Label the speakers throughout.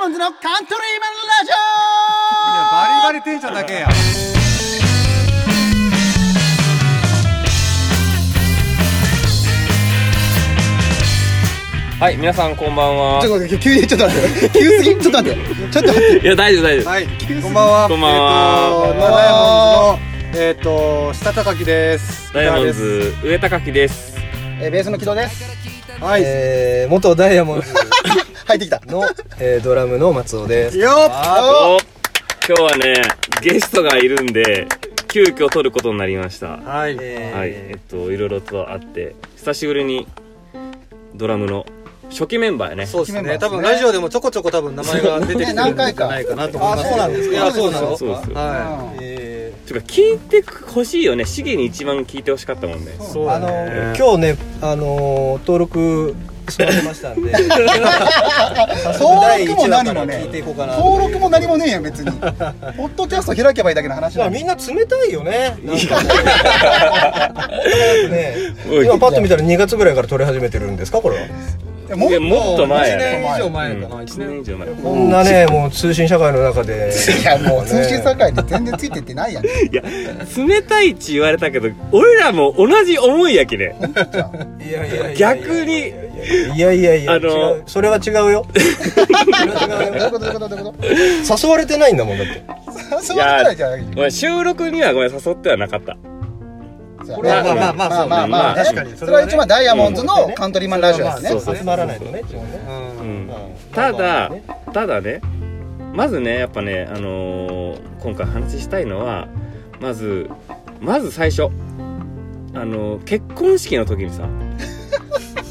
Speaker 1: モンズのカントリーマンラジ
Speaker 2: いやバリバリテンションだけや
Speaker 3: はい、皆さんこんばんは
Speaker 1: オち。ょっと待って急にちょっと待って急すぎちょっと待ってちょっと待って
Speaker 3: いや、大丈夫、大丈夫。
Speaker 2: はいこんばんは
Speaker 3: こんばんは
Speaker 2: えっとダイヤモンズのえっと下高木です
Speaker 3: ダイヤモンズ、上高木です。
Speaker 1: えーベースの木戸です
Speaker 2: はいよ
Speaker 4: えー、元ダイヤモンド
Speaker 1: 入ってきた
Speaker 4: の、えー、ドラムの松尾です。
Speaker 2: っ
Speaker 3: お今日はね、ゲストがいるんで、急遽撮ることになりました。は
Speaker 2: はい
Speaker 3: い、
Speaker 4: え
Speaker 3: えっと、いろいろとあって、久しぶりに、ドラムの初期メンバーやね。
Speaker 4: そう
Speaker 1: で
Speaker 4: ですす
Speaker 1: ね
Speaker 4: ね。多分ラジオでもちょこちょこ多分名前が出てきてるんじゃないかなと思います
Speaker 1: あそう
Speaker 4: けど。
Speaker 1: なんですか
Speaker 4: いや、そうなんです
Speaker 3: そうですよ。
Speaker 4: は
Speaker 1: うん
Speaker 4: い。え
Speaker 3: てか、聞いてほしいよね。シゲに一番聞いてほしかったもんね。
Speaker 2: そう
Speaker 4: ー、あの
Speaker 2: だね
Speaker 4: ー、今日ね、あのー、登録しまってましたんで。
Speaker 1: 登録も何も
Speaker 4: 第一話から聞いてい
Speaker 1: ね
Speaker 4: こうかな。
Speaker 1: 登録も何もねえよ別にポッドキャスト開けばいいだけの話
Speaker 4: ま
Speaker 1: だ
Speaker 4: あみんな冷たいよね。なんかね
Speaker 3: おい
Speaker 4: 今パッと見たら2月ぐらいから撮り始めてるんですかこれは。
Speaker 1: も
Speaker 3: いや、もっと前やね。
Speaker 1: 一年以上
Speaker 4: 前
Speaker 3: うん一年以上前。
Speaker 4: こんなねもう通信社会の中で。
Speaker 1: いやもう通信社会で全然ついてって ないやん
Speaker 3: いや、冷たいっち言われたけど、俺らも同じ思いやきね。
Speaker 4: いやいやいやいや
Speaker 3: 逆に。
Speaker 4: いやいやいや、
Speaker 3: あの
Speaker 4: 違うそれは違うよそれは違う
Speaker 1: どういう
Speaker 4: よ
Speaker 1: ことどういうことどういうこと
Speaker 4: 誘われてないんだもんだって
Speaker 1: 誘われたらじゃない
Speaker 3: ごめん収録にはごめん誘ってはなかった
Speaker 1: そう
Speaker 4: これは
Speaker 1: まあ
Speaker 4: まあまあ
Speaker 1: まあ
Speaker 4: ま
Speaker 1: まあ
Speaker 4: あ
Speaker 1: まあ
Speaker 3: まあ
Speaker 1: ね
Speaker 3: 確かに
Speaker 1: それは一番ダイヤモンドの
Speaker 4: うん
Speaker 1: カントリーマンラジオですね
Speaker 4: それは
Speaker 3: そうそう
Speaker 4: まあ集まらないとね一応ね
Speaker 3: うん
Speaker 4: うん
Speaker 3: ただ
Speaker 4: まあまあね
Speaker 3: ただねまずねやっぱねあのー今回話したいのはまずまず最初あのー結婚式の時にさ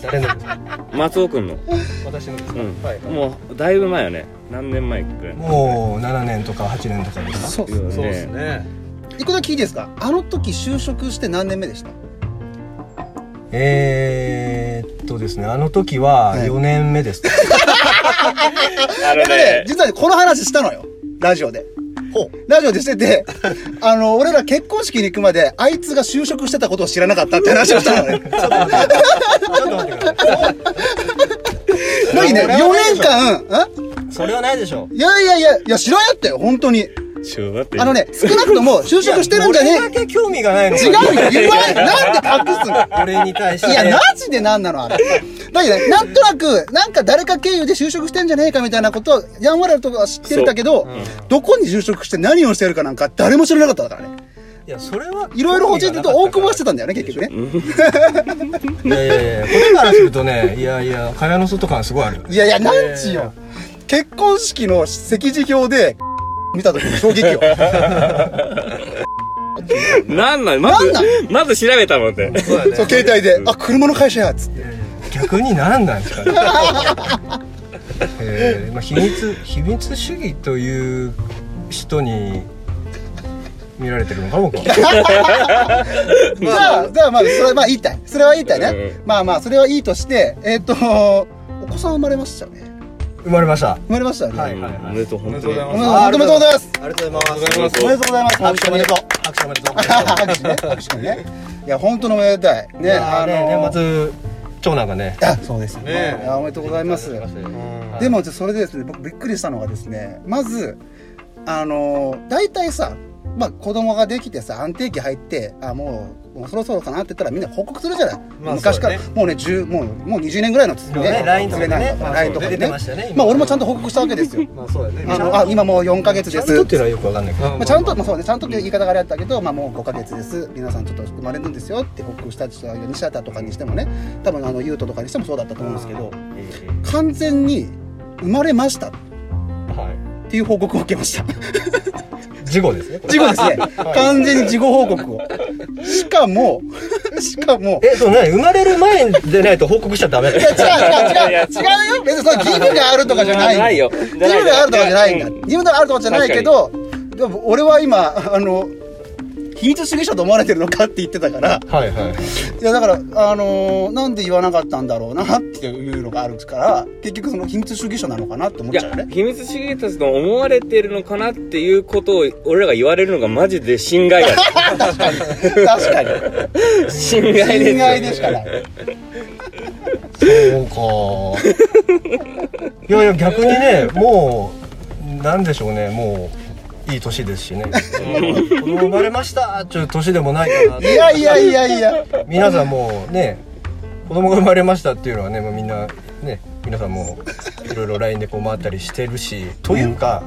Speaker 4: 誰のですか
Speaker 3: 松尾君の
Speaker 4: 私のですか
Speaker 3: うん
Speaker 4: はいはい
Speaker 3: もうだいぶ前よね何年前くらい
Speaker 4: もう7年とか8年とかですか
Speaker 1: そう
Speaker 3: そう
Speaker 2: そうですね
Speaker 1: 一個だけいいですかあの時就職して何年目でした
Speaker 4: えーっとですねあの時は
Speaker 1: はい
Speaker 4: 4年目です
Speaker 3: あの
Speaker 1: で
Speaker 3: ね
Speaker 1: 実はねこの話したのよラジオで
Speaker 4: ほう
Speaker 1: ラジオでしててあの俺ら結婚式に行くまであいつが就職してたことを知らなかったって話をした のね
Speaker 4: ちょっと待ってください
Speaker 1: 何ね4
Speaker 4: 俺はないで
Speaker 1: 年
Speaker 4: しょ
Speaker 1: 間ん
Speaker 4: それはないでしょ
Speaker 1: いやいやいやいや知らんやったよ本当に
Speaker 3: ちょっと待って
Speaker 1: あのね少なくとも就職してるんじゃ
Speaker 4: いや俺
Speaker 1: ね
Speaker 4: だけ興味がないの
Speaker 1: え違うよ言わないなんで隠すの
Speaker 4: 俺に対して
Speaker 1: いや、マジでなんなのあれ。だけどね、なんとなく、なんか誰か経由で就職してんじゃねえかみたいなことを、やんわらとかは知ってるんだけど、どこに就職して何をしてるかなんか誰も知らなかっただからね。
Speaker 4: いやそれはい
Speaker 1: いろいろ教えてると大久保はしてたんだよね、結局ね。
Speaker 4: いやいやいやこれからするとねいやいや蚊帳の外感すごいあるよ
Speaker 1: いやいや、なんちよ。結婚式の席次表で、見た時の衝撃 よ。
Speaker 3: なんなんまず
Speaker 1: なん
Speaker 3: まず調べたもんね
Speaker 4: そうだね
Speaker 1: そう、携帯で、あ、車の会社や、つって。
Speaker 4: 逆に何なんですかね、えーまあ、秘密秘密主義という人に見られてるのか僕は
Speaker 1: じゃあ、じゃあまあ、それはまあ言いたい。それは言いたいね
Speaker 3: う。
Speaker 1: まあまあ、それはいいとして、えっと、お子さん生まれましたよね。
Speaker 4: 生まれました
Speaker 1: 生まれましたよね。
Speaker 4: いはいはい
Speaker 3: うんおめでとう本当に
Speaker 1: おめでとうおめでとうございます。
Speaker 4: ありがとうござい
Speaker 3: ま
Speaker 4: ます
Speaker 3: す
Speaker 1: おめでとうございます。
Speaker 4: 拍手おめでとう拍手おめでとう
Speaker 1: 拍手ね。拍手ね。いや、本当のおめでたい。ね、
Speaker 4: あ
Speaker 1: あの
Speaker 4: ね年末長男がね
Speaker 1: あ
Speaker 4: そうですね
Speaker 1: いやおめでとうございます。でも、それでですね、僕びっくりしたのがですね、まず、あの、大体さ、まあ、子供ができてさ、安定期入って、あ、もう、もうそろそろかなって言ったらみんな報告するじゃない。
Speaker 4: まあ
Speaker 1: 昔から、
Speaker 4: そ
Speaker 1: もうね、10、もう、もう20年ぐらいのです
Speaker 4: そうね LINE とかね
Speaker 1: 連れない
Speaker 4: まあ
Speaker 1: LINE とか
Speaker 4: そう
Speaker 1: でね。
Speaker 4: 出て
Speaker 1: ま
Speaker 4: ましたね
Speaker 1: あ、俺もちゃんと報告したわけですよ。
Speaker 4: まあそうだね
Speaker 1: あのあ、今もう4ヶ月
Speaker 4: ちゃ
Speaker 1: で
Speaker 4: ん
Speaker 1: す。
Speaker 4: とっていうのはよくわかんないけど
Speaker 1: まあ、ちゃんと、まあ、そうね、ちゃんとっていう言い方があれだったけど、まあ、もう5ヶ月です。皆さんちょっと生まれるんですよって報告したりしたり、西畑とかにしてもね、多分あの、優斗とかにしてもそうだったと思うんですけど、完全に生まれましたっ
Speaker 4: は
Speaker 1: ていう報告を受けま した。
Speaker 4: い事故ですねこれ
Speaker 1: 事後ですね。完全に事後報告を。しか も、しかも、
Speaker 4: えそうね生まれる前でないと報告しちゃダメだ
Speaker 1: いや違う違う違う違うよ別にその義務があるとかじゃ ない
Speaker 3: ないよ
Speaker 1: 義務があるとかじゃないんだ
Speaker 3: うん
Speaker 1: 義務があるとかじゃないけどでも俺は今あの秘密主義者と思われてるのかって言ってたから
Speaker 4: はいはい
Speaker 1: いやだからあのーなんで言わなかったんだろうなっていうのがあるから結局その秘密主義者なのかなって思っ
Speaker 3: い
Speaker 1: ちゃうよ
Speaker 3: や
Speaker 1: ね
Speaker 3: 秘密主義者と思われてるのかなっていうことを俺らが言われるのがマジで心外だ
Speaker 1: 確かに確 かに
Speaker 3: 心外です
Speaker 1: 侵害でしかない
Speaker 4: そうか。いやいや逆にねもうなんでしょうねもういい年ですしね子供生まれましたっていう年でもないかなっ
Speaker 1: い
Speaker 4: て
Speaker 1: やいやいやいや
Speaker 4: 皆さんもうね子供が生まれましたっていうのはねもうみんなね皆さんもういろいろ LINE でこう回ったりしてるしというか、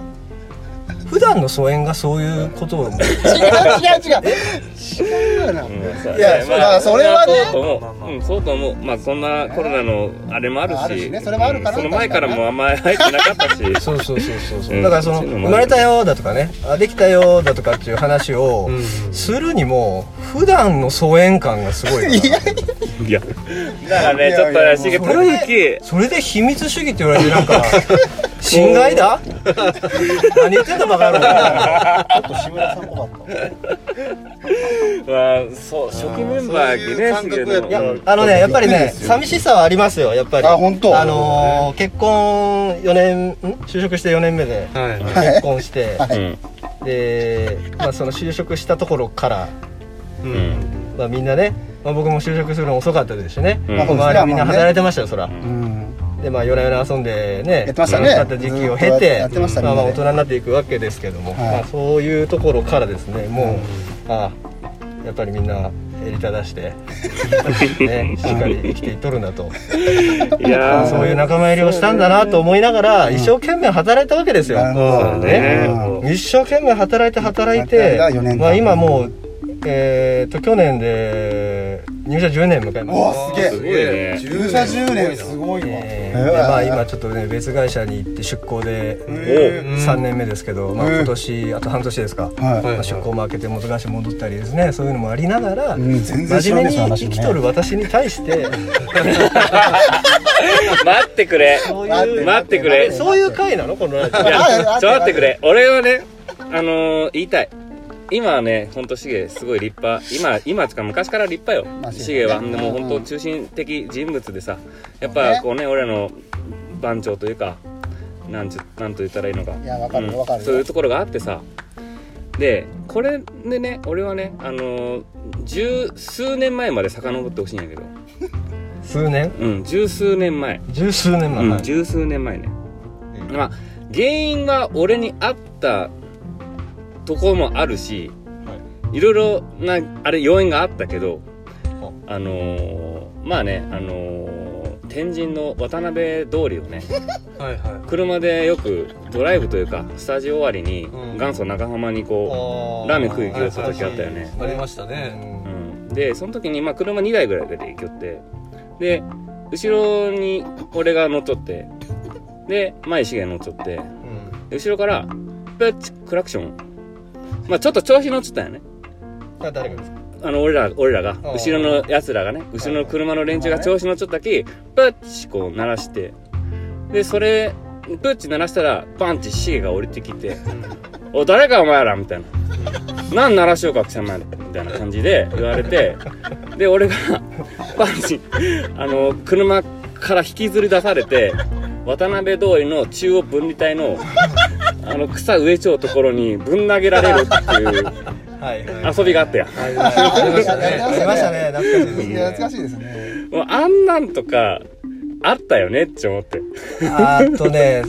Speaker 4: 普段の疎遠がそういうことを
Speaker 1: 違う違う違う違うな
Speaker 3: うん
Speaker 1: いやまあそれはね
Speaker 3: そうと思う、
Speaker 2: まあまあ
Speaker 3: うん、そうと思うまあそんなコロナのあれもあるし,、
Speaker 1: あるしねそれもあるから
Speaker 3: うんその前からもあんまり入ってなかったし
Speaker 4: そうそうそうそうそう、
Speaker 3: うん
Speaker 4: だからその
Speaker 3: そういうのも
Speaker 4: 生
Speaker 3: ある
Speaker 4: まれたよだとかねあできたよだとかっていう話をするにも普段の疎遠感がすごいから
Speaker 1: いや
Speaker 3: いやだから
Speaker 1: いやい
Speaker 3: ね
Speaker 1: や
Speaker 3: ちょっとねしげ
Speaker 4: それ
Speaker 3: プリン
Speaker 4: それで秘密主義って言われてなんか侵害だ何言ってんだバカ野郎
Speaker 1: ちょっと志村さんっぽかった
Speaker 3: キーはそう初期メンバー記念すぎる
Speaker 2: そういう感覚や
Speaker 3: の
Speaker 2: っ
Speaker 4: あのねやっぱり
Speaker 1: びっくり
Speaker 4: ね
Speaker 1: ですよ
Speaker 4: 寂しさはありますよやっぱり
Speaker 1: あ本当
Speaker 4: あのー結婚4年ん就職して4年目で
Speaker 2: はいはい
Speaker 1: はい
Speaker 4: 結婚して、
Speaker 1: は
Speaker 3: うん
Speaker 4: で、まあ、その就職したところから、
Speaker 3: う
Speaker 2: う
Speaker 3: んん
Speaker 4: まあ、みんなね、まあ、僕も就職するの遅かったですしね、
Speaker 3: うん
Speaker 1: まあそうですね
Speaker 4: 周りはみんな
Speaker 1: まあね
Speaker 4: 働いてましたよそら、
Speaker 1: うん
Speaker 4: でまあ夜な夜な遊んでね
Speaker 1: やってましたね
Speaker 4: 楽かった時期を経
Speaker 1: ずっと
Speaker 4: て
Speaker 1: やってましたね
Speaker 4: まあ、まあ大人になっていくわけですけども、
Speaker 1: はい
Speaker 4: まあ、そういうところからですねもう、ああやっぱりみんな襟正して、ね、しっかり生きていっとるんだと
Speaker 3: いやー
Speaker 4: そういう仲間入りをしたんだなと思いながら一生懸命働いたわけですよ。
Speaker 1: なるほ
Speaker 3: そう
Speaker 1: ど
Speaker 3: だね
Speaker 1: うん
Speaker 4: 一生懸命働いて働い
Speaker 1: 働
Speaker 4: て
Speaker 1: いた四年、間
Speaker 4: まあ、今もう、えー、と去年で入社10年迎えま
Speaker 1: お
Speaker 4: し
Speaker 1: お
Speaker 4: た。
Speaker 1: すげ
Speaker 3: す
Speaker 1: え
Speaker 3: ごいね
Speaker 1: 入社10年すごいわ
Speaker 4: え
Speaker 1: え
Speaker 4: ー
Speaker 1: ー
Speaker 4: でまあ、今ちょっとね別会社に行って出向で
Speaker 2: ー
Speaker 4: 3年目ですけど、ま
Speaker 1: う
Speaker 4: あ、
Speaker 1: ん
Speaker 4: 今年あと半年ですか、
Speaker 1: はい
Speaker 4: まあ、出向も開けて難しい戻ったりですねそういうのもありながら、
Speaker 1: うん全然知らね
Speaker 4: 真面目
Speaker 1: え
Speaker 4: に
Speaker 1: その話
Speaker 4: 生
Speaker 1: もね
Speaker 4: きとる私に 対して
Speaker 3: 待ってくれ
Speaker 4: そう
Speaker 1: 待っ
Speaker 4: い
Speaker 1: て
Speaker 4: う
Speaker 3: 待ってくれ
Speaker 4: あそういう回なのこのラジ
Speaker 3: い
Speaker 4: オ
Speaker 3: やちょっと待ってくれ俺はねあのー言いたい今はねほんとしげすごい立派今今つか昔から立派
Speaker 1: まあ
Speaker 3: よ
Speaker 1: そう
Speaker 3: しげは
Speaker 1: ね
Speaker 3: でもほんと
Speaker 1: うん
Speaker 3: 中心的人物でさや
Speaker 1: そ
Speaker 3: っ
Speaker 1: う
Speaker 3: ぱ
Speaker 1: ね
Speaker 3: こうね俺らの番長というかなんちゅなんと言ったらいいのか
Speaker 1: いやわかるよ
Speaker 3: うん
Speaker 1: わかるよ
Speaker 3: そういうところがあってさでこれでね俺はねあのー十数年前まで遡ってほしいんやけど
Speaker 4: 数年
Speaker 3: うん十数年前
Speaker 4: 十数年前、
Speaker 3: うん、十数年前ね、
Speaker 2: うん
Speaker 3: まあ原因が俺にあったところもあるし、い、ろいろなあれ要因があったけどあのーまあねあのー天神の渡辺通りを ね
Speaker 2: はいは
Speaker 3: 車でよくドライブというかスタジオ終わりに
Speaker 2: うん
Speaker 3: 元祖中浜にこ
Speaker 2: い
Speaker 3: ラーメン食い行きよった時あったよね
Speaker 2: ありましたね
Speaker 3: う、うん、でその時にまあ車2台ぐらいで行きよってで後ろに俺が乗っとってで前しげ乗っとって
Speaker 4: うん
Speaker 3: 後ろからプッチクラクションまあちょっと調子乗っちゃったよね
Speaker 4: あ誰がですか
Speaker 3: あの俺ら俺らが
Speaker 4: ああ
Speaker 3: 後ろのやつらがね後ろの車の連中が調子乗っちゃったきプッチこう鳴らしてでそれプッチ鳴らしたらパンチシゲが降りてきて「お誰かお前ら」みたいな「何鳴らしようか貴様ら」みたいな感じで言われてで俺がパンチあの車から引きずり出されて渡辺通りの中央分離帯のあの草植えちょうところにぶん投げられるっていう
Speaker 4: はいはい
Speaker 3: 遊びがあったやん
Speaker 4: ありましたね
Speaker 1: あ
Speaker 4: あ
Speaker 1: り
Speaker 4: り
Speaker 1: ま
Speaker 4: ま
Speaker 1: し
Speaker 4: したた
Speaker 1: ね
Speaker 4: ね懐かしいです
Speaker 1: いや懐かしいですね
Speaker 3: もうあんなんとかあったよねって思って
Speaker 4: あーっとね、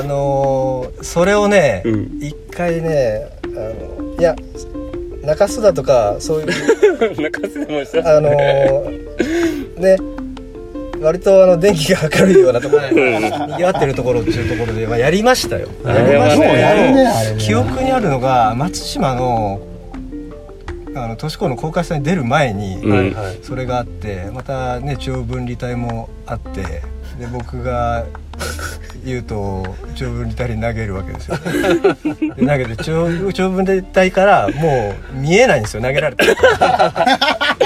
Speaker 4: あのーそれをね
Speaker 3: うん、
Speaker 4: 一、回ね、あのいや、中洲だとか、そういう、
Speaker 3: 中洲でもした
Speaker 4: あのーね、割とあの電気が明るいようなところで、賑わってるところっていうところで、まあ、やりましたよ。
Speaker 3: あれは
Speaker 4: や
Speaker 1: よ
Speaker 3: ね
Speaker 4: り
Speaker 1: う
Speaker 4: ま
Speaker 1: やるねあ
Speaker 4: し
Speaker 1: れ
Speaker 4: たけど
Speaker 1: ね
Speaker 4: 記憶にあるのが、松島の、あの、都市高の高架下に出る前に、
Speaker 3: うん
Speaker 2: はいはい
Speaker 4: それがあってまたね中央分離帯もあってで僕が言うと中央分離帯に投げるわけですよ で投げて中央中央分離帯からもう見えないんですよ投げられて
Speaker 2: 埋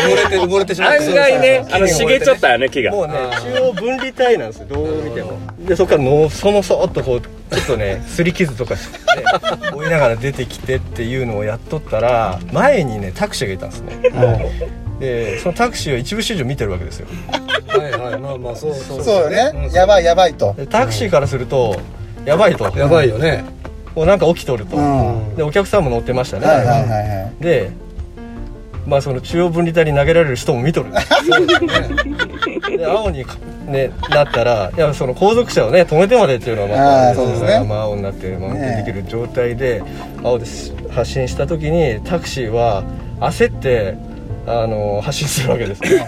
Speaker 2: もれて埋もれてしまって
Speaker 3: 案外ね
Speaker 4: そうそうそう
Speaker 3: あの茂っちゃったよね木が
Speaker 4: もうね
Speaker 2: あー
Speaker 4: 中央分離帯なんですよどう見てもでそこからのそのそっとこうちょっとね擦り傷とかして追いながら出てきてっていうのをやっとったら前にねタクシーがいたんですねでそのタクシーを一部始終見てるわけですよ
Speaker 2: はいはいまあまあそうそう
Speaker 1: そうよねやばいやばいと
Speaker 4: でタクシーからするとやばいと
Speaker 2: やばいよね
Speaker 4: もうなんか起きとると、
Speaker 1: うん
Speaker 4: でお客さんも乗ってましたね、
Speaker 1: はいはいはいはい
Speaker 4: で まあその中央分離帯に投げられる人も見とる
Speaker 2: そうだね
Speaker 4: で青にかね、なったらいやその後続車をね止めてまでっていうのはまた
Speaker 1: あーそうですね
Speaker 4: まあ青になってまあ運
Speaker 1: ね
Speaker 4: 転できる状態で青で発進した時にタクシーは焦ってあの発進するわけですね。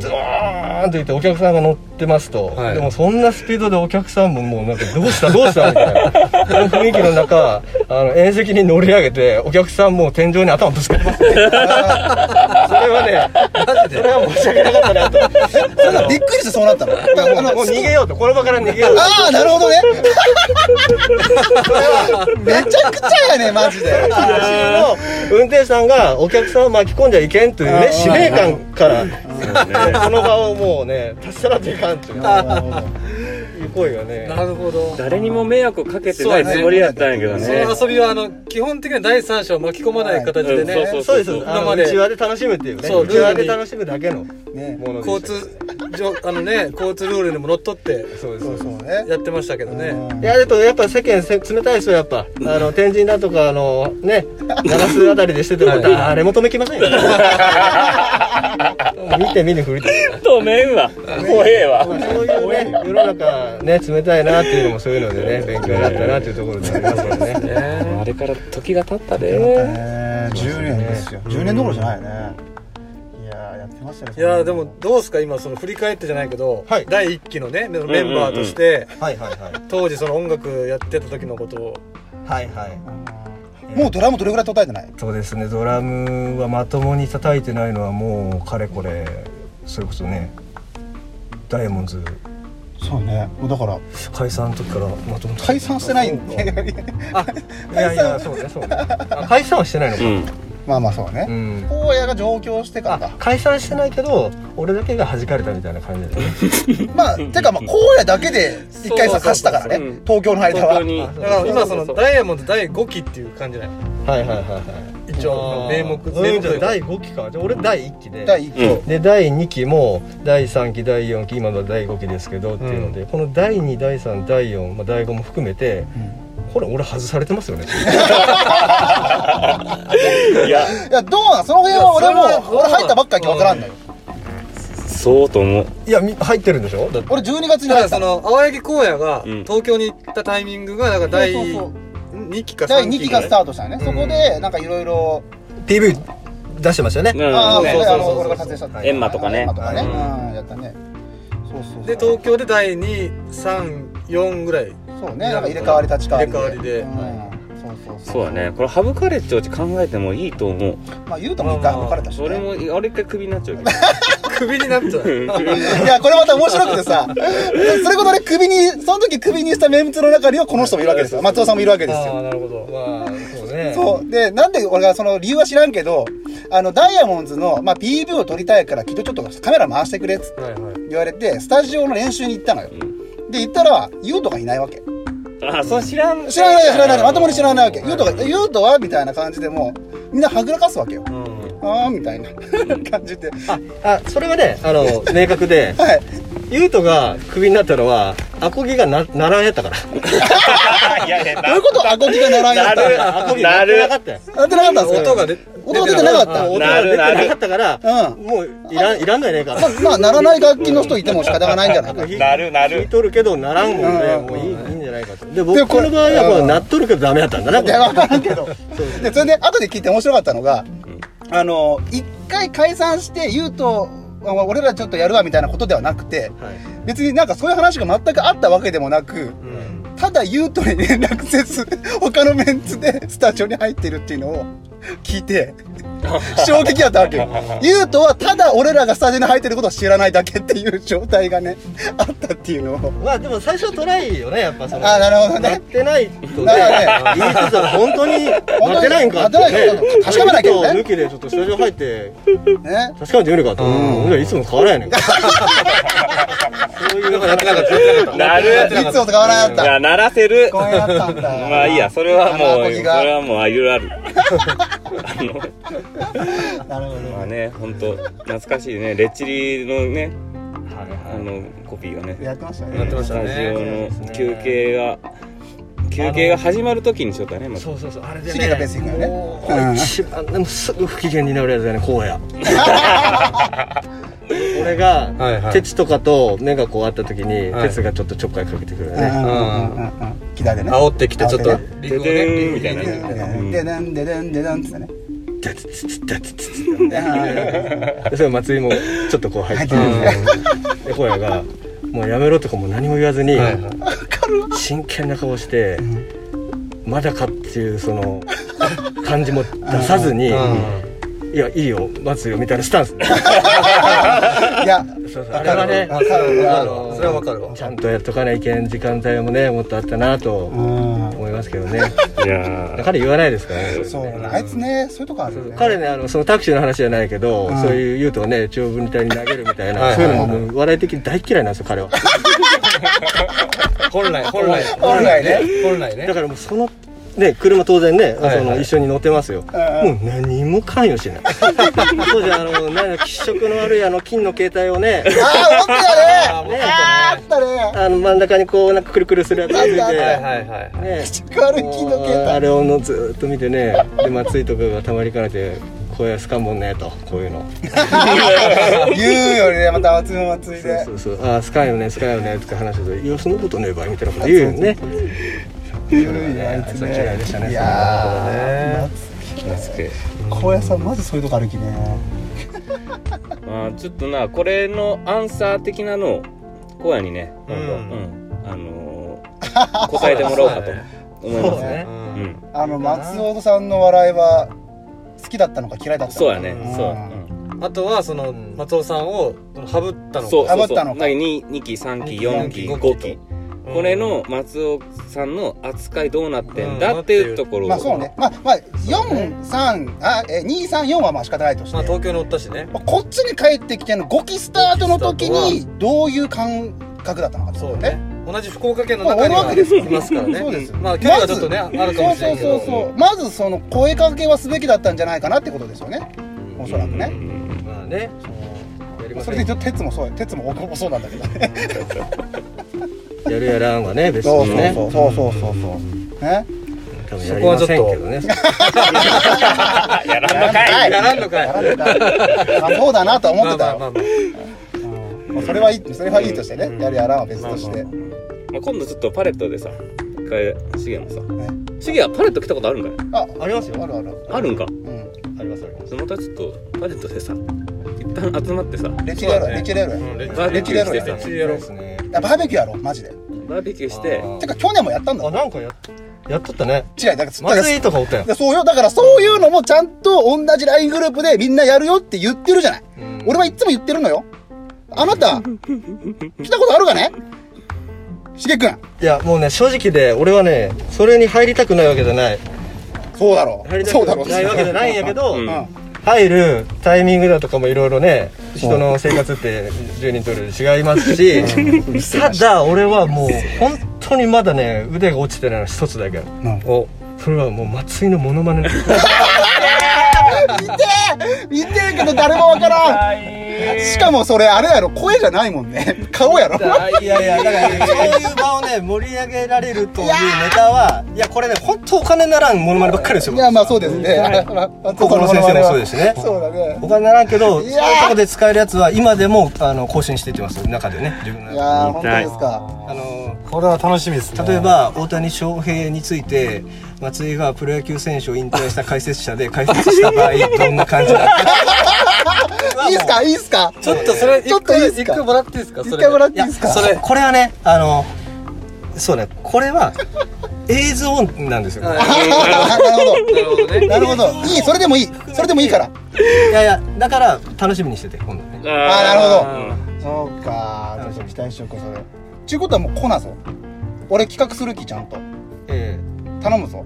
Speaker 4: ドーンと言ってお客さんが乗ってますと、
Speaker 2: はい
Speaker 4: でもそんなスピードでお客さんももうなんかどうしたどうしたみたいなその雰囲気の中あの縁石に乗り上げてお客さんもう天井に頭ぶつかり ますねそれはねそれは申し訳なかったなと
Speaker 1: それがびっくりしてそうなったの。あの
Speaker 4: もう逃げようとこの場から逃げようと
Speaker 1: ああ、なるほどね。それはめちゃくちゃやね、マジで。
Speaker 4: 運転手さんがお客さんを巻き込んじゃいけんというね
Speaker 1: あー
Speaker 4: 使命感からこの場をもうね立ち去らっていかんといういう声がね
Speaker 2: なるほど
Speaker 3: 誰にも迷惑かけてないつもりやったんやけど
Speaker 2: そ
Speaker 3: ね
Speaker 2: の遊びはあの基本的には第三者を巻き込まない形でね、
Speaker 3: はいうんそう
Speaker 4: そうです。
Speaker 2: 今
Speaker 4: あの
Speaker 2: まで
Speaker 4: 内輪で楽しむっていうね。
Speaker 2: そう
Speaker 4: 内輪
Speaker 2: ルー
Speaker 4: で
Speaker 2: ルに
Speaker 4: 楽しむだけのも
Speaker 1: ね。
Speaker 4: ので
Speaker 2: 交
Speaker 4: したけど。
Speaker 2: 通上あのね交通ルールにものっとって
Speaker 4: そう
Speaker 1: そ
Speaker 4: ですそう
Speaker 1: う
Speaker 4: です。
Speaker 1: そうね。
Speaker 2: やってましたけどね
Speaker 4: いやだとやっぱ世間せ冷たい人はやっぱあの天神だとかあのね長洲あたりでしてても誰も止めきま せんよ。見て見ぬふりで。
Speaker 3: 止めんわ怖えわ
Speaker 4: そういうね世の中ね冷たいなっていうのもそういうのでね勉強になったなっていうところでありますからね。
Speaker 3: あれから時が経った
Speaker 1: え
Speaker 3: で
Speaker 1: ー、10年ですよ。10年どころじゃないね。いやー、やってましたね。
Speaker 2: いやーでもどうですか今その振り返ってじゃないけど、
Speaker 4: はい
Speaker 2: 第一期のねメンバーとして、
Speaker 4: はいはいはい
Speaker 2: 当時その音楽やってた時のことを
Speaker 4: はいはい。
Speaker 1: もうドラムどれぐらい叩いてない
Speaker 4: そうですねドラムはまともに叩いてないのはもうかれこれそれこそねダイヤモンズ
Speaker 1: そうね。もうだから、
Speaker 4: 解散の時からまともに
Speaker 1: 解散してないん
Speaker 4: い
Speaker 1: で。
Speaker 4: やいやそうねそうねあ解散はしてないの
Speaker 3: う
Speaker 4: か、
Speaker 3: ん
Speaker 1: まあまあそうね
Speaker 4: う。ん
Speaker 1: 荒野が上京してから
Speaker 4: あ
Speaker 1: だ。
Speaker 4: 解散してないけど俺だけが弾かれたみたいな感じで、ね、
Speaker 1: まあ、てかまあ、荒野だけで一回さ、
Speaker 2: そうそうそう
Speaker 1: 貸したから
Speaker 3: う
Speaker 1: ね
Speaker 3: ん。
Speaker 1: 東京の間
Speaker 3: 東京
Speaker 1: は。
Speaker 3: に
Speaker 2: だから今その
Speaker 3: そうそうそう
Speaker 2: ダイヤモンド第5期っていう感じだよ
Speaker 4: はいはいはいはい
Speaker 2: 一応名目
Speaker 4: うん
Speaker 2: 名目
Speaker 4: じゃあ第5期かじゃあ俺第1期で
Speaker 1: 第一期。
Speaker 3: うん
Speaker 4: で第2期も第3期第4期今のは第5期ですけどっていうので、この第2第3第4、まあ、第5も含めて、これ俺外されてますよね
Speaker 3: いや
Speaker 1: いや、どうなんその辺は俺
Speaker 2: いやそれ
Speaker 1: も、
Speaker 2: は
Speaker 1: 俺入ったばっかりわからんのよ。
Speaker 3: そうと思う
Speaker 4: いやみ入ってるんでしょだって
Speaker 1: 俺12月に
Speaker 2: だ
Speaker 1: 入
Speaker 2: か
Speaker 1: った
Speaker 2: らそ
Speaker 1: の。
Speaker 2: の青柳荒野が
Speaker 3: うん
Speaker 2: 東京に行ったタイミングがだから第
Speaker 1: そうそうそう
Speaker 2: 2期か
Speaker 1: 第
Speaker 2: 3
Speaker 1: 2
Speaker 2: 期
Speaker 1: 期
Speaker 2: ぐら
Speaker 1: が
Speaker 2: い
Speaker 1: スタートしたよね。そこで、なんかいろいろ、
Speaker 4: PV 出してましたよね、
Speaker 1: ああ、
Speaker 3: うん
Speaker 1: そう
Speaker 2: ね
Speaker 1: そうあの
Speaker 2: そうそうそう
Speaker 1: 俺が撮影した
Speaker 3: エンマとかね
Speaker 1: エンマとかね。
Speaker 3: う
Speaker 1: うんん、やったね。そうそうそう。
Speaker 2: で東京で第234ぐらい
Speaker 1: そうね、なんか入れ替わり立ち替わりで。
Speaker 2: 入れ替わりで
Speaker 1: うんそうそうそう。
Speaker 3: そうだねこれ省かれちゃうち考えてもいいと思う
Speaker 1: まあ、言うとも一回分かれたし、ね。
Speaker 3: 俺も俺一回クビになっちゃうけど
Speaker 2: クビになっちゃう
Speaker 1: いや、これまた面白くてさ、それこそね、首に、その時首にしたメンツの中にはこの人もいるわけですよ。松尾さんもいるわけですよ。
Speaker 2: あなるほど
Speaker 4: まあそうね
Speaker 1: そう。で、なんで俺がその理由は知らんけど、あの、ダイヤモンズの、まあ、PV を撮りたいから、きっとちょっとカメラ回してくれっつって
Speaker 2: はいはい
Speaker 1: 言われて、スタジオの練習に行ったのよ。で、行ったら、ユートがいないわけ。
Speaker 3: あそう知らん
Speaker 1: 知らないよ、知らないよ、まともに知らないわけ。ユートが、ユートはみたいな感じでもう、みんなはぐらかすわけよ。あーみたいな感じで。
Speaker 4: ああそれはねあの明確で
Speaker 1: はい。
Speaker 4: 優斗がクビになったのはアコギがなならんやったから
Speaker 3: いやいや
Speaker 1: どういうことアコギがならんやった
Speaker 3: なる
Speaker 4: アコギなってなかったよ
Speaker 1: なってなかったんですか
Speaker 2: 音が出
Speaker 1: 音が出てなかった
Speaker 4: あ音
Speaker 3: な
Speaker 4: が出
Speaker 3: る
Speaker 4: て
Speaker 3: なる
Speaker 4: なかったから
Speaker 1: うん
Speaker 4: もういらんいらんのやねえか
Speaker 1: まあ、まあ、ならない楽器の人いても仕方がないんじ ゃないか。
Speaker 3: なるなる
Speaker 4: 弾いとるけどならんもんね
Speaker 1: うん
Speaker 4: もういいいいんじゃないかとで
Speaker 1: で
Speaker 4: 僕
Speaker 1: これ
Speaker 4: の場合はこ
Speaker 1: う
Speaker 4: うんなっとるけどダメやったんだない
Speaker 1: や、わからんけど。で、それで、後で聞いて面白かったのが、あの、一回解散して、言うと、あ俺らちょっとやるわみたいなことではなくて、
Speaker 4: はい
Speaker 1: 別になんかそういう話が全くあったわけでもなく、ただ優斗に連絡せず、他のメンツでスタジオに入ってるっていうのを聞いて、衝撃だったわけよ。優斗はただ俺らがスタジオに入ってることを知らないだけっていう状態がね、あったっていうのを。
Speaker 4: まあでも最初はトライよねやっぱその
Speaker 1: あなるほどね
Speaker 4: なってないとね
Speaker 1: なるほどね
Speaker 4: 言いつつは本当になってないんかって
Speaker 1: なってないのか
Speaker 4: ね
Speaker 1: 確かめなきゃね
Speaker 4: ちょっと抜きでちょっとスタジオ入って
Speaker 1: ね。
Speaker 4: 確かめてみるかとうん俺らいつも変わらんやねん そういうのがやってなかったやってなかった
Speaker 3: なる
Speaker 1: いつもと変わらなか
Speaker 3: い
Speaker 1: った。
Speaker 3: や鳴らせる
Speaker 1: 公演あったんだ。
Speaker 3: まあいいやそれはも
Speaker 1: あのアコ
Speaker 3: う
Speaker 1: ギ
Speaker 3: そ
Speaker 1: が
Speaker 3: れはもうあいろいろある あの
Speaker 1: なるほど。
Speaker 3: まあね、本当懐かしいね、レッチリのね、
Speaker 4: はいはい
Speaker 3: あのコピーがね、
Speaker 1: やってました
Speaker 2: やっ
Speaker 1: ね
Speaker 2: て。ま
Speaker 3: ス
Speaker 2: した
Speaker 3: タジ
Speaker 2: ね
Speaker 3: オの休憩が、休憩が始まるときにしよったね、まず
Speaker 4: そうそうそうあれで
Speaker 1: シゲがベース
Speaker 4: ね
Speaker 1: 行くよね。
Speaker 4: もう一番でもすぐ不機嫌になるやつだよね荒野俺が
Speaker 2: はいはい
Speaker 4: テチとかと目がこうあった時に
Speaker 2: はい
Speaker 4: テツがちょっとちょっかいかけてくるよ
Speaker 1: うんうんう
Speaker 4: ね
Speaker 1: んうんうん木田でね
Speaker 2: 煽ってきてちょっと
Speaker 1: 煽って
Speaker 2: リンゴ
Speaker 3: でで
Speaker 2: ね
Speaker 3: ーんみたいな
Speaker 1: でででんででんででんっつってね
Speaker 4: 「テツテツテツテツ」
Speaker 1: うん
Speaker 4: でそれ松井もちょっとこう入って
Speaker 1: 入
Speaker 4: うんで声が「もうやめろ」とかも何も言わずに
Speaker 2: はいはい
Speaker 4: 真剣な顔して「まだか」っていうその感じも出さずに「いやいいよ松井よ」みたいなスタンス
Speaker 1: いや
Speaker 4: そうそうあれはね
Speaker 2: わかるわかる
Speaker 4: あの
Speaker 2: わそれはわかるわ
Speaker 4: ちゃんとやっとかないけん時間帯もねもっとあったなと
Speaker 1: うん
Speaker 4: 思いますけどね
Speaker 3: いやー
Speaker 4: 彼言わないですからね
Speaker 1: そうねあいつねそういうとこあるよね
Speaker 4: 彼ねあのそのタクシーの話じゃないけど、
Speaker 1: うん
Speaker 4: そういう言うとね長文体に投げるみたいな
Speaker 2: はい
Speaker 4: そういうのももう笑い的に大嫌いなんですよ彼は
Speaker 2: 本来本来
Speaker 1: 本来ね
Speaker 2: 本来ね
Speaker 4: だからもうそのね車当然ね、
Speaker 2: はいはい
Speaker 4: その一緒に乗ってますよ、
Speaker 1: うん
Speaker 4: もう何も関与しない 当時あのなんか気色の悪いあの金の携帯をね
Speaker 1: ああ思ったね
Speaker 4: ね
Speaker 1: あーあったね
Speaker 4: あの真ん中にこうなんかくるくるするやつつい
Speaker 1: あったあった
Speaker 4: て
Speaker 2: はいはいはいはい
Speaker 4: ね
Speaker 1: 軽い木の携
Speaker 4: あ
Speaker 1: 帯
Speaker 4: れをのずーっと見てねで松井とかがたまりかねて「声すかんもんね」とこういうの
Speaker 1: 言うよりねまた熱いも熱いで
Speaker 4: そうそうそう「ああすかんよねすかんよね」とか話してて「いやそんなことねえばい」みたいなこと言うよね
Speaker 1: ゆるいねあいつ
Speaker 4: あいつは嫌
Speaker 1: ね
Speaker 4: いでしたね
Speaker 1: いや
Speaker 4: な
Speaker 1: ー小屋さんまずそういうとこ歩きね
Speaker 3: まあちょっとなこれのアンサー的なのを荒野にね今度、
Speaker 2: う
Speaker 3: うんんあのー答えてもらおうかと思い
Speaker 1: そ
Speaker 3: ま
Speaker 1: う
Speaker 3: す
Speaker 1: だ
Speaker 3: ね
Speaker 1: ね
Speaker 3: う
Speaker 2: うん
Speaker 3: ん
Speaker 1: あの松本さんの笑いは好きだったのか嫌いだったのか
Speaker 3: そうやね
Speaker 1: ん
Speaker 3: そう、うん、
Speaker 2: あとはその
Speaker 4: ん
Speaker 2: 松尾さんをそのハブったのか
Speaker 3: そう
Speaker 1: ハ
Speaker 3: そ
Speaker 1: マ
Speaker 3: う
Speaker 1: った
Speaker 3: そ
Speaker 1: のか
Speaker 3: うなんか 2, 2期3期4期
Speaker 2: 四
Speaker 3: 5
Speaker 2: 期五期
Speaker 3: 期
Speaker 2: とうん
Speaker 3: これの松尾さんの扱いどうなってんだっていうところを、
Speaker 1: まあそうねまあまあ43あえ234はまあ仕方ないとして、
Speaker 2: まあ東京におったしね
Speaker 1: まあこっちに帰ってきての5期スタートの時にどういう感覚だったのかってこ
Speaker 2: そう
Speaker 1: と
Speaker 2: ね
Speaker 1: ね
Speaker 2: 同じ福岡県の
Speaker 1: まあ
Speaker 2: 中に
Speaker 1: おるわけです
Speaker 2: は
Speaker 1: よ
Speaker 2: いますからね
Speaker 1: そうですよ
Speaker 2: まあ距離はちょっとねあるかもしれんけど
Speaker 1: そうそうそうそうまずその声かけはすべきだったんじゃないかなってことですよねおそらくね
Speaker 3: ね
Speaker 4: まあねやりま
Speaker 1: そ
Speaker 4: せ
Speaker 1: れで
Speaker 4: ん
Speaker 1: 言うと鉄もそうよ鉄も僕もそうなんだけどね
Speaker 4: やるやらんはね別
Speaker 1: そう
Speaker 4: に
Speaker 1: そう
Speaker 4: ね
Speaker 1: そうそうそうそうそうね
Speaker 4: 多分やりませんけどね
Speaker 3: やらんのかい
Speaker 1: は
Speaker 2: やらんのかい
Speaker 1: やらんのかいあそうだなとは思っ
Speaker 2: まあ
Speaker 1: てた
Speaker 2: まあ
Speaker 1: よ
Speaker 2: まあまあ
Speaker 1: うんまあそれはいいそれはいいとしてねやるやらんは別としてね
Speaker 3: まあ、今度ちょっとパレットでさ一回シゲもさシゲはパレット来たことあるんかい
Speaker 1: あ
Speaker 4: ありますよ
Speaker 1: あるある
Speaker 3: あるんか
Speaker 1: うん
Speaker 4: ありますありま
Speaker 3: そのまたちょっとパレットでさ一旦集まってさ
Speaker 1: レキレやろう
Speaker 2: そうだね
Speaker 1: レキレやろう
Speaker 2: うん
Speaker 3: バーベキューして
Speaker 1: レ
Speaker 3: さ
Speaker 2: 別にやろう
Speaker 4: すね
Speaker 1: あバーベキューやろうマジで
Speaker 3: バーベキューして
Speaker 1: てか去年もやったんだ
Speaker 4: あ
Speaker 1: ろ
Speaker 4: なんかややっとったね
Speaker 1: 違うだからだから
Speaker 4: 松井とかおったやん
Speaker 1: でそうよ。だからそういうのもちゃんと同じ LINE グループでみんなやるよって言ってるじゃない。俺はいつも言ってるのよ。あなた、来たことあるかねしげくん。
Speaker 4: いやもうね正直で俺はねそれに入りたくないわけじゃない
Speaker 1: そうだろ
Speaker 4: 入り
Speaker 1: う。
Speaker 4: た
Speaker 1: そうだろ
Speaker 4: く
Speaker 1: う。
Speaker 4: ないわけじゃないんやけど、
Speaker 3: うん
Speaker 1: うん。
Speaker 4: 入るタイミングだとかもいろいろね人の生活って10人とる違いますしただ俺はもう本当にまだね腕が落ちてないのは一つだけある
Speaker 1: うん
Speaker 4: おそれはもう松井のモ ノマネ
Speaker 1: 見てー 見てーけど誰もわからんしかもそれあれやろ声じゃないもんね 顔やろ
Speaker 4: いやいやだからそういう場をね盛り上げられるというネタはいやこれね本当お金ならんモノマネばっかりですよ
Speaker 1: いやまあそうですね
Speaker 4: 高校の先生もそうですすしね
Speaker 1: そうだね
Speaker 4: お金ならんけどそう
Speaker 1: い
Speaker 4: い
Speaker 1: やー
Speaker 4: うとこで使えるやつは今でもあの更新していってます中でね自分の
Speaker 1: い
Speaker 4: 中
Speaker 1: やー本当ですか
Speaker 4: であの
Speaker 2: これは楽しみですね
Speaker 4: 例えば大谷翔平について松井がプロ野球選手を引退した解説者で解説した場合どんな感じだった
Speaker 1: いいっすかいいっすか
Speaker 2: ちょっとそれ
Speaker 1: ちょっといいっす
Speaker 2: 一
Speaker 1: か
Speaker 2: 回もらっていいですかそれ
Speaker 1: 一回もらっていいっすか
Speaker 4: それこれはねあのそうねこれは映像なんですよ、
Speaker 2: はい
Speaker 1: あーなるほど
Speaker 2: なるほどね
Speaker 1: なるほど。いい、それでもいい。それでもいいから。
Speaker 4: いやいやだから楽しみにしてて今度ね
Speaker 1: あーな
Speaker 3: るほ
Speaker 1: そ
Speaker 3: ど
Speaker 1: うか。ちょっと期待しようか、それ。ちゅうことはもう来なぞ。俺企画するき、ちゃんと。
Speaker 4: え
Speaker 1: 頼むぞ。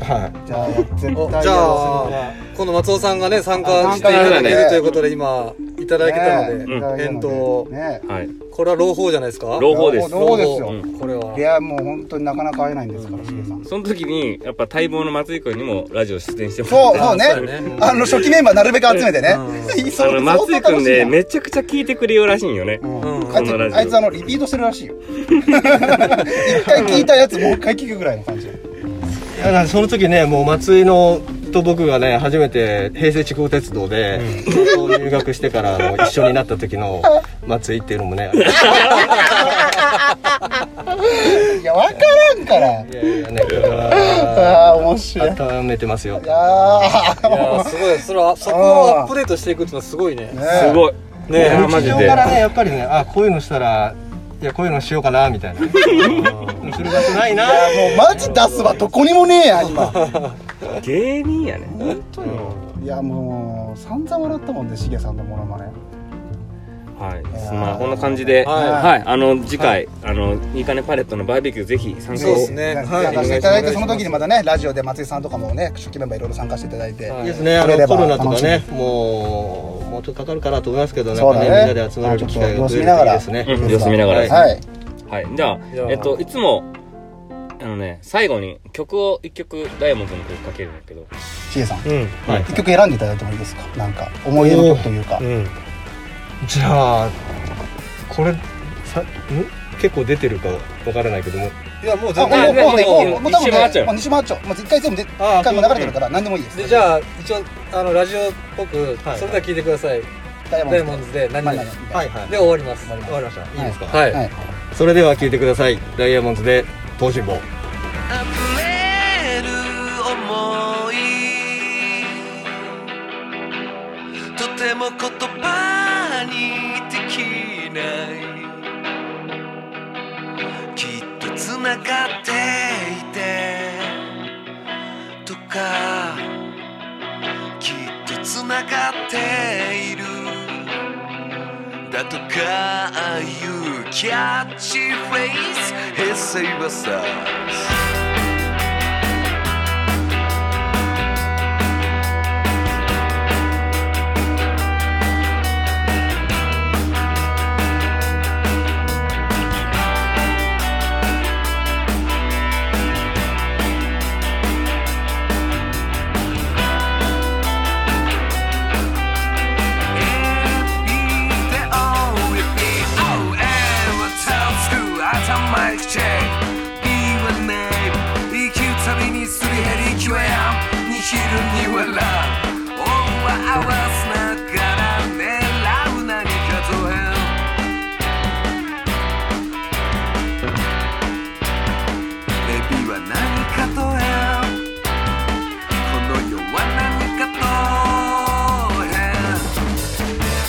Speaker 4: えはい
Speaker 1: じゃあ、絶対や
Speaker 2: お
Speaker 1: ろう
Speaker 2: じゃあこの松尾さんがね参加していただけるということで今いただけたので、
Speaker 3: うん
Speaker 2: 返答
Speaker 1: ね
Speaker 3: はい
Speaker 2: これは朗報じゃないですか
Speaker 3: 朗報です
Speaker 1: 朗報ですよ
Speaker 3: う。ん
Speaker 2: これはい
Speaker 1: や、もう本当になかなか会えないんですから、しげさん。
Speaker 3: その時にやっぱ待望の松井君にもラジオ出演して
Speaker 1: そ
Speaker 3: もらって
Speaker 1: う、そう
Speaker 2: あそう
Speaker 1: ね
Speaker 2: だね。
Speaker 1: あの、初期メンバーなるべく集めてね。 そ
Speaker 3: あ
Speaker 1: れ
Speaker 3: の松井君ね、
Speaker 1: め
Speaker 3: めちゃくちゃ聞いてくれようらしいんよね。
Speaker 2: うん
Speaker 1: あい
Speaker 3: このラジ
Speaker 1: つ、
Speaker 3: オ
Speaker 1: あいつあの、リピートしてるらしいよ。一回聞いたやつ、もう一回聞くぐらいの感じ。
Speaker 4: いやだからその時ねもう松井のと僕がね初めて平成筑豊鉄道で、入学してからあの一緒になった時の松井っていうのも ね
Speaker 1: いや分からんから
Speaker 4: いやいやねこれ
Speaker 1: あ
Speaker 4: は
Speaker 1: あ面白いい
Speaker 4: 温めてますよ
Speaker 1: やー
Speaker 2: いやーすごいそれはそこをアップデートしていくっていうのはすごいね
Speaker 3: す
Speaker 1: い
Speaker 3: ごい
Speaker 2: ね
Speaker 3: やマジ
Speaker 4: 日
Speaker 3: で
Speaker 4: 常からねやっぱりねあこういうのしたらいやこういうのしようかなみたいなうんする場所ないな
Speaker 1: もうマジ出すはどこにもねえや今
Speaker 3: 芸人やね
Speaker 1: 本当よいやもう散々笑ったもんでしげさんのモノマネ
Speaker 3: はいまあこんな感じで
Speaker 2: はい
Speaker 3: はいあの次回あのいいかねパレットのバーベキューぜひ参加
Speaker 2: そう
Speaker 3: を
Speaker 2: ですね
Speaker 1: や
Speaker 2: はい
Speaker 1: らせていただいてその時に
Speaker 2: お願いし
Speaker 1: またねラジオで松井さんとかもね初期メンバーいろいろ参加していただいて
Speaker 2: はい
Speaker 4: いいですねあ
Speaker 1: 取れれ
Speaker 4: の
Speaker 1: ば
Speaker 4: コロナとかね
Speaker 1: 楽
Speaker 4: もうもうちょっとかかるかなと思いますけど
Speaker 1: そうだ
Speaker 4: な
Speaker 1: ね
Speaker 4: んかねみんなで集まれる機会が増えるといいですね
Speaker 3: うん様子見ながらですね
Speaker 1: はい
Speaker 3: はいじゃあ
Speaker 2: いやー
Speaker 3: えっといつもあのね最後に曲を一曲ダイヤモンドの曲かけるんだけど
Speaker 1: しげさん
Speaker 2: うん
Speaker 4: はい
Speaker 1: 一曲選んでいただいてもいいですかなんか思い出の曲というか
Speaker 2: うん
Speaker 4: じゃあこれさん結構出てるかわからないけども
Speaker 2: いやもう
Speaker 1: あ
Speaker 2: 全
Speaker 1: も
Speaker 2: 然
Speaker 1: うもうね
Speaker 3: もう
Speaker 1: もうもう
Speaker 3: も
Speaker 1: 多
Speaker 3: う
Speaker 1: 分
Speaker 3: 西回っちゃ
Speaker 1: ね
Speaker 3: う
Speaker 1: もう西回っちゃうもう一回全部で一
Speaker 2: あ
Speaker 1: 回も流れてるから何でもいいです
Speaker 2: でじゃあ一応あのラジオっぽく
Speaker 4: はい
Speaker 2: それでは聞いてください
Speaker 1: ダイヤモンド
Speaker 2: ダイヤモンドズで何
Speaker 1: まあ
Speaker 2: 々
Speaker 1: 何々みたい
Speaker 4: はい
Speaker 2: で終わります
Speaker 1: 終わります
Speaker 4: わかりましたいいですか
Speaker 1: は
Speaker 2: はい
Speaker 1: なはい
Speaker 4: それでは聞いてくださいダイヤモンドズで東尋坊
Speaker 5: 溢れる想いとても言葉にできないきっとつながっていてとかきっとつながっているだとかああいうキャッチフレーズ平成はさこの世は何かと変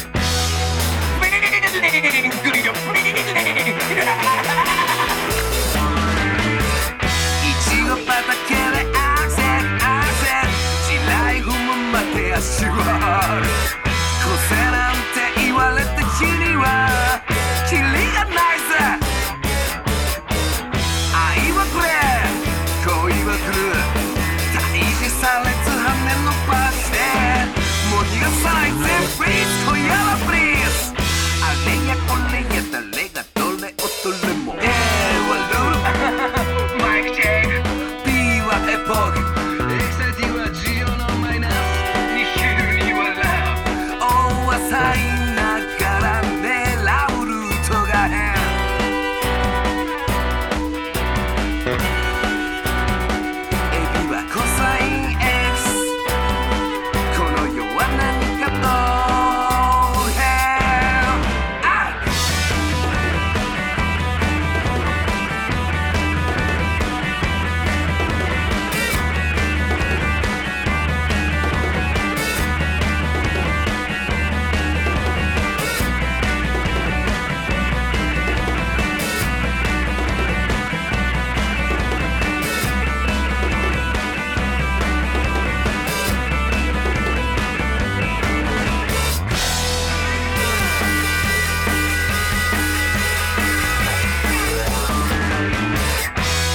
Speaker 5: 一度叩けでアクセルアクセル地雷踏むまで足を折るこせなんて言われた日にはキリがないぜ愛はくれ恋は来る大事されつ羽のパスでもう逃がさないぜ Please 今夜は Please あれやこれや誰がどれをどれも A はルールマイクチェック B はエポーク XD は需要のマイナス2昼にはラブ O はサインながら狙うルートが変エビはコサイン X この世は何かと変あ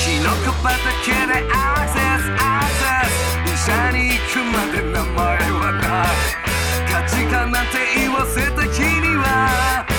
Speaker 5: キノコ畑でアクセスアクセス医者に行くまで名前はない価値観なんて言わせた日には